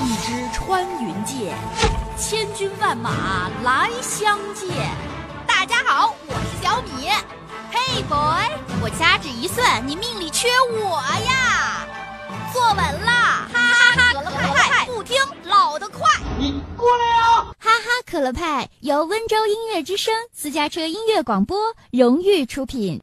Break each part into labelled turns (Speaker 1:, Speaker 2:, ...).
Speaker 1: 一支穿云箭，千军万马来相见。
Speaker 2: 大家好，我是小米。Hey boy，我掐指一算，你命里缺我呀！坐稳啦，哈哈哈！可乐派不听老的快，
Speaker 3: 你过来呀、啊！
Speaker 4: 哈哈，可乐派由温州音乐之声私家车音乐广播荣誉出品。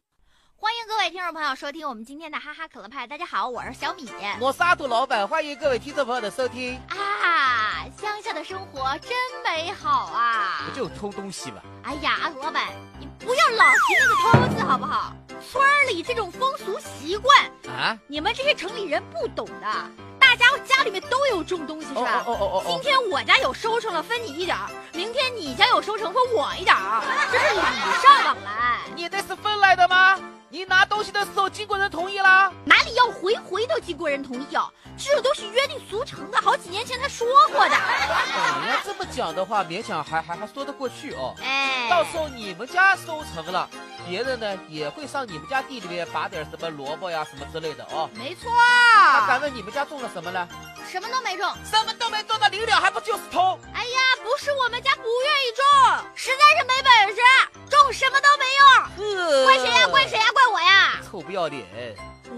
Speaker 2: 欢迎各位听众朋友收听我们今天的哈哈可乐派。大家好，我是小米。
Speaker 3: 我是阿土老板，欢迎各位听众朋友的收听。
Speaker 2: 啊，乡下的生活真美好啊！
Speaker 3: 不就偷东西吗？
Speaker 2: 哎呀，阿土老板，你不要老提那个偷字好不好？村儿里这种风俗习惯，
Speaker 3: 啊？
Speaker 2: 你们这些城里人不懂的。大家伙家里面都有种东西是吧？
Speaker 3: 哦哦哦哦哦
Speaker 2: 今天我家有收成了，分你一点儿；明天你家有收成，分我一点儿。这是礼尚往来。
Speaker 3: 你那是分来的吗？你拿东西的时候，经过人同意啦？
Speaker 2: 哪里要回回都经过人同意哦，这都是约定俗成的，好几年前他说过的。
Speaker 3: 哦，你要这么讲的话，勉强还还还说得过去哦。
Speaker 2: 哎，
Speaker 3: 到时候你们家收成了，别人呢也会上你们家地里面拔点什么萝卜呀、什么之类的哦。
Speaker 2: 没错，啊
Speaker 3: 那敢问你们家种了什么呢？
Speaker 2: 什么都没中。
Speaker 3: 什么都没种的，临了还不就是偷？
Speaker 2: 哎呀，不是我们家不愿意种，实在是没本事，种什么都没用。怪谁
Speaker 3: 呃
Speaker 2: 呀？怪谁呀？怪我呀！
Speaker 3: 臭不要脸！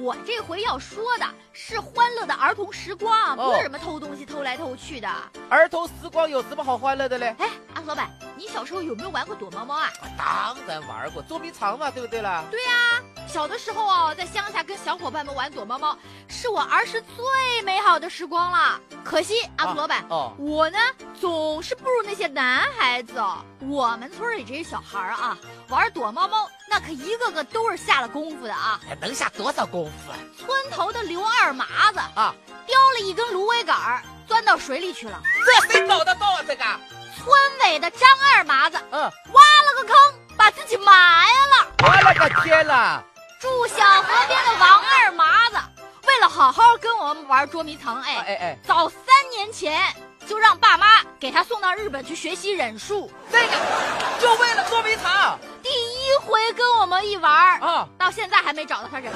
Speaker 2: 我这回要说的是欢乐的儿童时光，
Speaker 3: 哦
Speaker 2: 不是什么偷东西偷来偷去的。
Speaker 3: 儿童时光有什么好欢乐的嘞？
Speaker 2: 哎，阿老板，你小时候有没有玩过躲猫猫啊？
Speaker 3: 当然玩过捉迷藏嘛，对不对啦？
Speaker 2: 对呀、小的时候啊，在乡下跟小伙伴们玩躲猫猫，是我儿时最美好的时光了。可惜，阿土老板，
Speaker 3: 哦，
Speaker 2: 我呢总是不如那些男孩子哦。我们村里这些小孩儿啊，玩躲猫猫那可一个个都是下了功夫的啊。
Speaker 3: 还哎能下多少功夫啊？
Speaker 2: 村头的刘二麻子
Speaker 3: 啊，
Speaker 2: 叼了一根芦苇杆儿，钻到水里去了。
Speaker 3: 这谁搞得到啊？这个，
Speaker 2: 村委的张二麻子
Speaker 3: 嗯，
Speaker 2: 挖了个坑，把自己埋了。
Speaker 3: 我了个天啦！
Speaker 2: 住小河边的王二麻子，为了好好跟我们玩捉迷藏，
Speaker 3: 哎
Speaker 2: 哎，
Speaker 3: 哎哎，
Speaker 2: 早三年前就让爸妈给他送到日本去学习忍术，
Speaker 3: 这个就为了捉迷藏
Speaker 2: 第一回跟我们一玩，
Speaker 3: 啊，
Speaker 2: 到现在还没找到他人。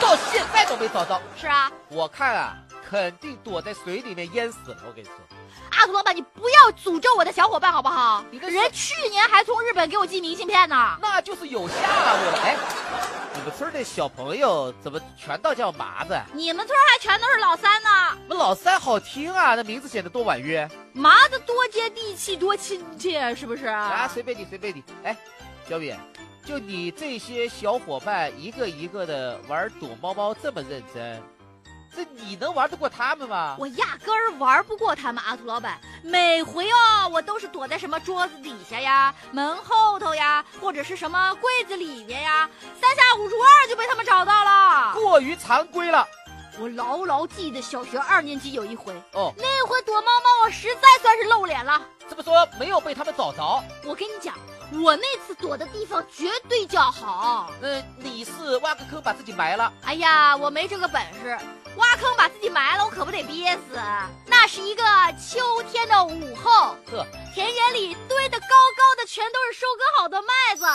Speaker 3: 到现在都没找到。
Speaker 2: 是啊，
Speaker 3: 我看啊，肯定躲在水里面淹死了。我跟你说，
Speaker 2: 阿土老板，你不要诅咒我的小伙伴好不好？
Speaker 3: 你这是
Speaker 2: 人去年还从日本给我寄明信片呢。
Speaker 3: 那就是有下落了。哎，你们村儿的小朋友怎么全都叫麻子啊？
Speaker 2: 你们村还全都是老三呢，
Speaker 3: 我们老三好听啊，那名字显得多婉约。
Speaker 2: 麻子多接地气，多亲切，是不是？
Speaker 3: 啊，随便你，随便你。哎，小米，就你这些小伙伴一个一个的玩躲猫猫这么认真，这你能玩得过他们吗？
Speaker 2: 我压根儿玩不过他们阿土老板，每回哦，我都是躲在什么桌子底下呀、门后头呀，或者是什么柜子里面呀，三下五除二就被他们找到了。
Speaker 3: 过于常规了。
Speaker 2: 我牢牢记得小学二年级有一回，
Speaker 3: 哦，
Speaker 2: 那回躲猫猫，我实在算是露脸了。
Speaker 3: 这么说没有被他们找着，
Speaker 2: 我跟你讲，我那次躲的地方绝对叫好。
Speaker 3: 嗯、你是挖个坑把自己埋了。
Speaker 2: 哎呀，我没这个本事，挖坑把自己埋了，我可不得憋死。那是一个秋天的午后，
Speaker 3: 呵，
Speaker 2: 田野里堆得高高的全都是收割好的麦子。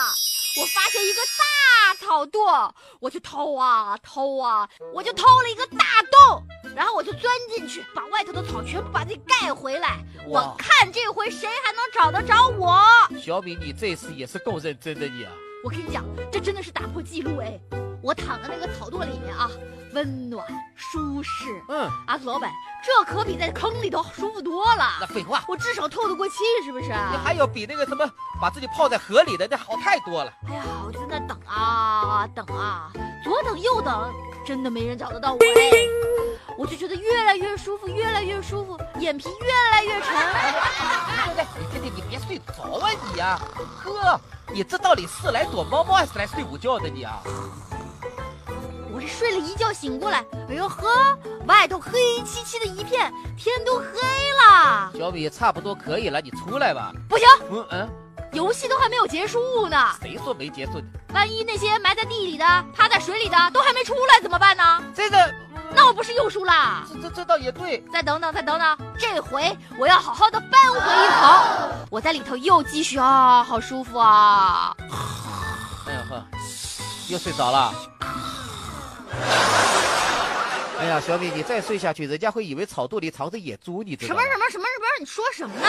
Speaker 2: 我发现一个大草垛，我就偷啊偷啊，我就偷了一个大洞，然后我就钻进去，把外头的草全部把自己盖回来。我
Speaker 3: 哇
Speaker 2: 看这回谁还能找得着我？
Speaker 3: 小米，你这次也是够认真的你啊。
Speaker 2: 我跟你讲，这真的是打破记录哎！我躺在那个草垛里面啊，温暖舒适。
Speaker 3: 嗯，
Speaker 2: 阿土老板，这可比在坑里头舒服多
Speaker 3: 那
Speaker 2: 了。
Speaker 3: 废话，
Speaker 2: 我至少透得过气，是不是？哎
Speaker 3: 你还有比那个什么把自己泡在河里的那好太多了。
Speaker 2: 哎呀，我在那等啊等啊，左等右等，真的没人找得到我哎！我就觉得越来越舒服，越来越舒服，眼皮越来越 沉。
Speaker 3: 来来，你哎这个你别睡着啊你呀、呵，你这到底是来躲猫猫还是来睡午觉的你啊？
Speaker 2: 我这睡了一觉醒过来，哎呦呵，外头黑漆漆的一片，天都黑了。
Speaker 3: 小米差不多可以了，你出来吧。
Speaker 2: 不行，
Speaker 3: 嗯嗯，
Speaker 2: 游戏都还没有结束呢，
Speaker 3: 谁说没结束？
Speaker 2: 万一那些埋在地里的、趴在水里的都还没出来怎么办呢？
Speaker 3: 这个，
Speaker 2: 那我不是又输啦？
Speaker 3: 这这这倒也对。
Speaker 2: 再等等，再等等，这回我要好好的扳回一城。我在里头又继续啊，好舒服啊！
Speaker 3: 哎呦呵，又睡着了。哎呀，小敏，你再睡下去，人家会以为草垛里藏着野猪，你知
Speaker 2: 什
Speaker 3: 道
Speaker 2: 么
Speaker 3: 吗？
Speaker 2: 什么什么什么？你说什么呢？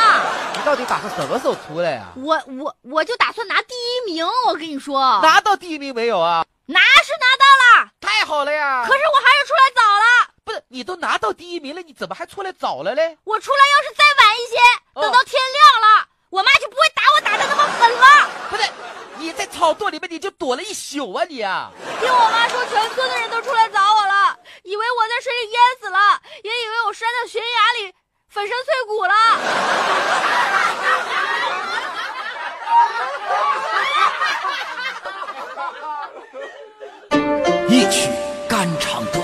Speaker 3: 你到底打算什么时候出来呀、
Speaker 2: 我我我就打算拿第一名，我跟你说，拿
Speaker 3: 拿到第一名没有啊？
Speaker 2: 是拿到了，
Speaker 3: 太好了呀！
Speaker 2: 可是我还是出来早了。
Speaker 3: 不是你都拿到第一名了，你怎么还出来早了嘞？
Speaker 2: 我出来要是再晚一些，
Speaker 3: 哦
Speaker 2: 等到天亮了，我妈就不会打我打的那么狠了。
Speaker 3: 不是，你在草垛里面你就躲了一宿啊你啊！
Speaker 2: 听我妈说，全村的人都出来找我了，以为我在水里淹死了，也以为我摔到悬崖里粉身碎骨了。
Speaker 5: 一曲肝肠断，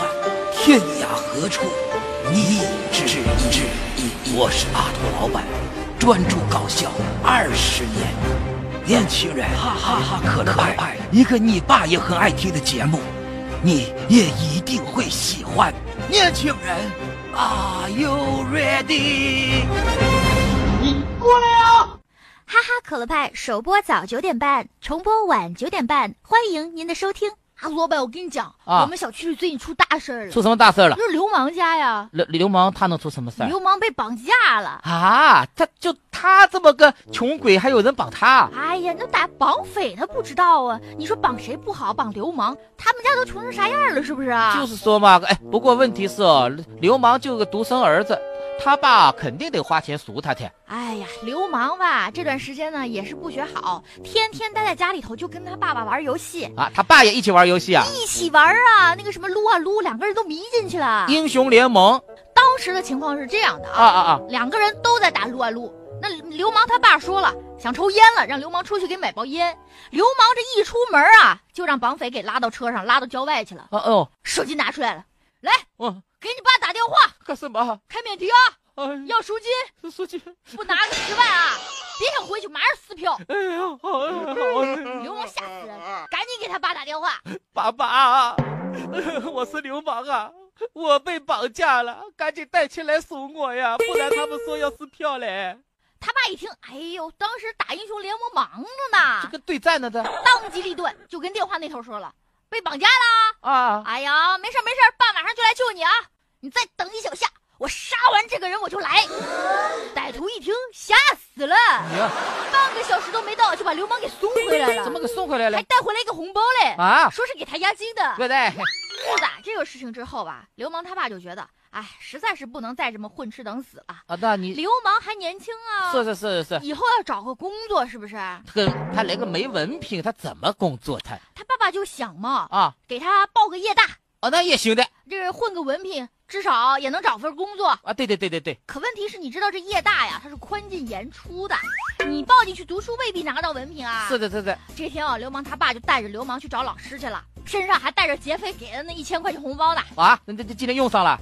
Speaker 5: 天涯何处觅知音？我是阿土老板，专注搞笑二十年。年轻人，哈哈哈可乐派，一个你爸也很爱听的节目，你也一定会喜欢。年轻人，Are you ready？
Speaker 4: 哈哈可乐派首播早九点半，重播晚九点半，欢迎您的收听。
Speaker 2: 啊，老板，我跟你讲，
Speaker 3: 啊
Speaker 2: 我们小区里最近出大事儿了，
Speaker 3: 出什么大事儿了？
Speaker 2: 就是流氓家呀，
Speaker 3: 流流氓他能出什么事儿？
Speaker 2: 流氓被绑架了。
Speaker 3: 啊，他就他这么个穷鬼，还有人绑他？
Speaker 2: 哎呀，那打绑匪他不知道啊！你说绑谁不好，绑流氓，他们家都穷成啥样了，是不是啊？
Speaker 3: 就是说嘛，哎，不过问题是哦，流氓就个独生儿子，他爸肯定得花钱赎他去。
Speaker 2: 哎呀，流氓吧，这段时间呢也是不学好，天天待在家里头，就跟他爸爸玩游戏，
Speaker 3: 啊，他爸也一起玩游戏啊，
Speaker 2: 一起玩啊，那个什么撸啊撸，两个人都迷进去了。
Speaker 3: 英雄联盟
Speaker 2: 当时的情况是这样的
Speaker 3: 啊
Speaker 2: 啊，
Speaker 3: 啊啊！
Speaker 2: 两个人都在打撸啊撸，那流氓他爸说了想抽烟了，让流氓出去给买包烟。流氓这一出门啊，就让绑匪给拉到车上，拉到郊外去了，
Speaker 3: 哦哦，
Speaker 2: 手机拿出来了，来
Speaker 3: 我
Speaker 2: 给你爸打电话。
Speaker 3: 干什么？
Speaker 2: 开免提啊，
Speaker 3: 哎，
Speaker 2: 要赎金，
Speaker 3: 说去，
Speaker 2: 不拿个十万啊，别想回去，马上撕票。
Speaker 3: 哎呀，好呀，好哎呀，
Speaker 2: 流氓吓死 人，赶紧给他爸打电话。
Speaker 3: 爸爸， 我是流氓啊，我被绑架了，赶紧带钱来赎我呀，不然他们说要撕 票嘞。
Speaker 2: 他爸一听，哎呦，当时打英雄联盟忙
Speaker 3: 这
Speaker 2: 着呢，
Speaker 3: 跟对战 呢的
Speaker 2: 当机立断就跟电话那头说了，被绑架啦。
Speaker 3: 啊，
Speaker 2: 哎呀，没事儿没事儿，爸马上就来救你啊，你再等一小下，我杀完这个人我就来。歹徒一听吓死了，
Speaker 3: 你看
Speaker 2: 半个小时都没到就把流氓给送回来
Speaker 3: 怎么
Speaker 2: 了，
Speaker 3: 给送回来了
Speaker 2: 还带回来一个红包嘞，
Speaker 3: 啊？
Speaker 2: 说是给他押金的。
Speaker 3: 对不对？
Speaker 2: 是的，这个事情之后吧，流氓他爸就觉得，哎，实在是不能再这么混吃等死了。
Speaker 3: 啊，那你
Speaker 2: 流氓还年轻啊，
Speaker 3: 是是是是，
Speaker 2: 以后要找个工作是不是？他
Speaker 3: 跟他来个没文凭，他怎么工作他
Speaker 2: 爸爸就想嘛，
Speaker 3: 啊？
Speaker 2: 给他报个业大，
Speaker 3: 哦，那也行的
Speaker 2: 这混个文凭，至少也能找份工作。
Speaker 3: 啊！对对对对对，
Speaker 2: 可问题是，你知道这业大呀，它是宽进严出的，你报进去读书未必拿到文凭啊。
Speaker 3: 是的是的，
Speaker 2: 这天啊，流氓他爸就带着流氓去找老师去了，身上还带着劫匪给的那一千块钱红包呢。
Speaker 3: 啊，那这这今天用上了，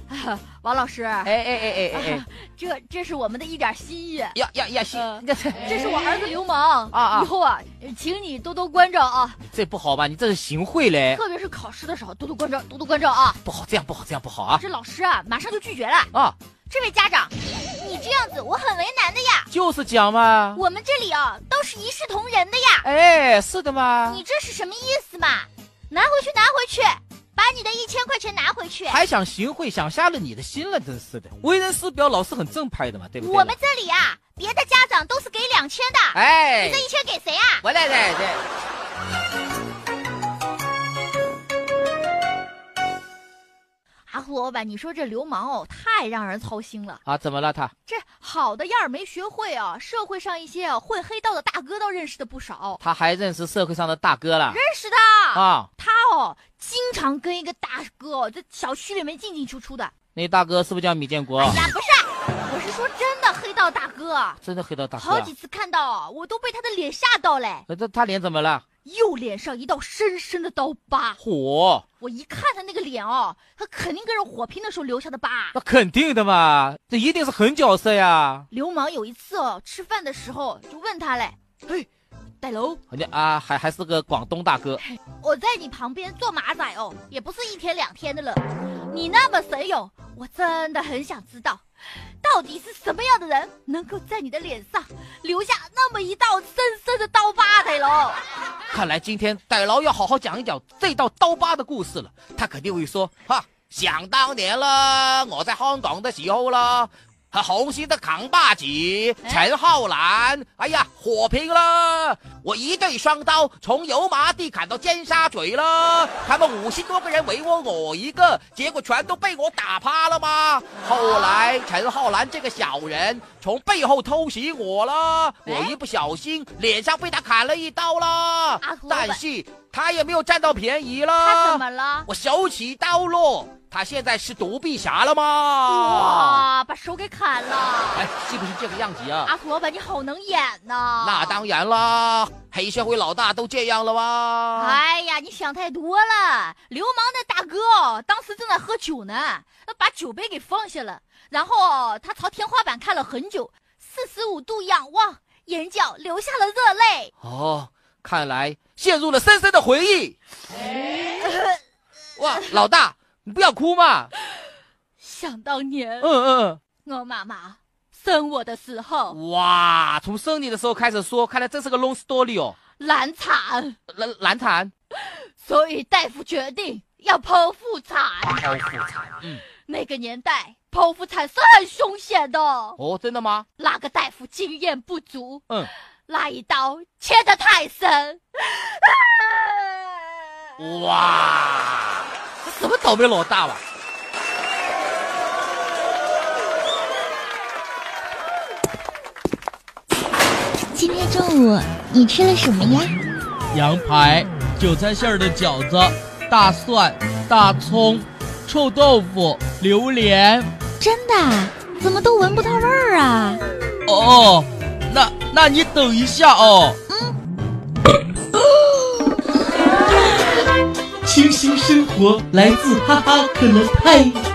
Speaker 2: 王老师，
Speaker 3: 哎哎哎哎哎
Speaker 2: 啊
Speaker 3: 哎，
Speaker 2: 这这是我们的一点心意。
Speaker 3: 呀呀呀，行，这这
Speaker 2: 呃这是我儿子流氓
Speaker 3: 啊啊
Speaker 2: 哎
Speaker 3: 哎
Speaker 2: 以后啊，请你多多关照啊，
Speaker 3: 这不好吧？你这是行贿嘞，
Speaker 2: 特别是考试的时候多多关照，多多关照啊。
Speaker 3: 不好，这样不好，这样不好啊
Speaker 2: 这老师啊，马上就拒绝了。
Speaker 3: 啊！
Speaker 2: 这位家长，你这样子我很为难的呀。
Speaker 3: 就是讲嘛，
Speaker 2: 我们这里啊都是一视同仁的呀，
Speaker 3: 哎，是的嘛
Speaker 2: 你，这是什么意思嘛？拿回去，拿回去，把你的一千块钱拿回去。
Speaker 3: 还想行贿，想瞎了你的心了，真是的。为人师表，老师很正派的嘛，对不对？
Speaker 2: 我们这里啊，别的家长都是给两千的，
Speaker 3: 哎
Speaker 2: 这，一千给谁啊？
Speaker 3: 我来来来。
Speaker 2: 啊，胡老板，你说这流氓哦，太让人操心了。
Speaker 3: 啊，怎么了他？
Speaker 2: 这好的样儿没学会啊，社会上一些啊混黑道的大哥倒认识的不少，
Speaker 3: 他还认识社会上的大哥了
Speaker 2: 认识的。
Speaker 3: 啊？
Speaker 2: 他哦，经常跟一个大哥哦在小区里面进进出出的。
Speaker 3: 那大哥是不是叫米建国？
Speaker 2: 哎呀，不是，我是说真的，黑道大哥，
Speaker 3: 真的黑道大哥
Speaker 2: 好
Speaker 3: 啊
Speaker 2: 几？次看到啊我都被他的脸吓到嘞，
Speaker 3: 呃这他脸怎么了？
Speaker 2: 右脸上一道深深的刀疤。
Speaker 3: 火，
Speaker 2: 我一看他那个脸哦，他肯定跟人火拼的时候留下的疤。
Speaker 3: 那肯定的嘛，这一定是狠角色呀！
Speaker 2: 流氓有一次哦，吃饭的时候就问他嘞，嘿，戴楼，
Speaker 3: 人家啊，还还是个广东大哥，
Speaker 2: 我在你旁边做马仔哦，也不是一天两天的了。你那么神勇，我真的很想知道，到底是什么样的人能够在你的脸上留下那么一道深深的刀疤的喽？
Speaker 3: 啊看来今天逮牢要好好讲一讲这道刀疤的故事了。他肯定会说：“哈，想当年啦，我在香港的时候啦，和红星的扛把子陈浩南，哎呀，火拼啦！我一对双刀从油麻地砍到尖沙咀啦，他们五十多个人围殴我一个，结果全都被我打趴了嘛。后来陈浩南这个小人从背后偷袭我啦，我一不小心脸上被他砍了一刀啦
Speaker 2: 阿胡，
Speaker 3: 但
Speaker 2: 本
Speaker 3: 是他也没有占到便宜
Speaker 2: 他
Speaker 3: 啦
Speaker 2: 怎。么了？
Speaker 3: 我手起刀落，他现在是独臂侠了吗？
Speaker 2: 哇，把手给砍了！
Speaker 3: 哎，是不是这个样子啊？
Speaker 2: 阿福老板，你好能演呐！
Speaker 3: 那当然啦，黑社会老大都这样了哇。
Speaker 2: 哎呀，你想太多了！流氓那大哥哦，当时正在喝酒呢，那把酒杯给放下了，然后哦他朝天花板看了很久，四十五度仰望，眼角流下了热泪。
Speaker 3: 哦，看来陷入了深深的回 忆。哇，老大，你不要哭嘛。
Speaker 2: 想当年，
Speaker 3: 嗯
Speaker 2: 我妈妈生我的时候
Speaker 3: 嗯。哇，从生你的时候开始说，看来这是个 long story 哦。
Speaker 2: 难产，
Speaker 3: 难难产，
Speaker 2: 所以大夫决定要剖腹产。
Speaker 3: 剖腹产。嗯，
Speaker 2: 那个年代，剖腹产是很凶险的哦，
Speaker 3: 哦，真的吗？
Speaker 2: 那个大夫经验不足，
Speaker 3: 嗯。
Speaker 2: 那一刀切得太深。
Speaker 3: 哇，这什么倒霉老大了？
Speaker 4: 今天中午你吃了什么呀？
Speaker 6: 羊排、韭菜馅儿的饺子、大蒜、大葱、臭豆腐、榴莲。
Speaker 4: 真的啊？怎么都闻不到味儿啊？
Speaker 6: 哦，那那你等一下哦。清新生活来自哈哈可乐派。